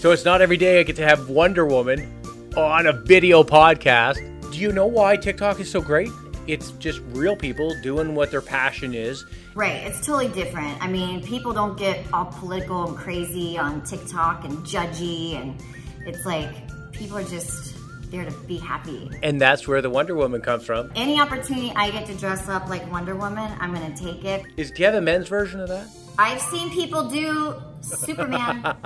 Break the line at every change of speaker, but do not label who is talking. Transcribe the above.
So it's not every day I get to have Wonder Woman on a video podcast. Do you know why TikTok is so great? It's just real people doing what their passion is.
Right, it's totally different. I mean, people don't get all political and crazy on TikTok and judgy, and it's like people are just there to be happy.
And that's where the Wonder Woman comes from.
Any opportunity I get to dress up like Wonder Woman, I'm gonna take it.
Is do you have a men's version of that?
I've seen people do Superman.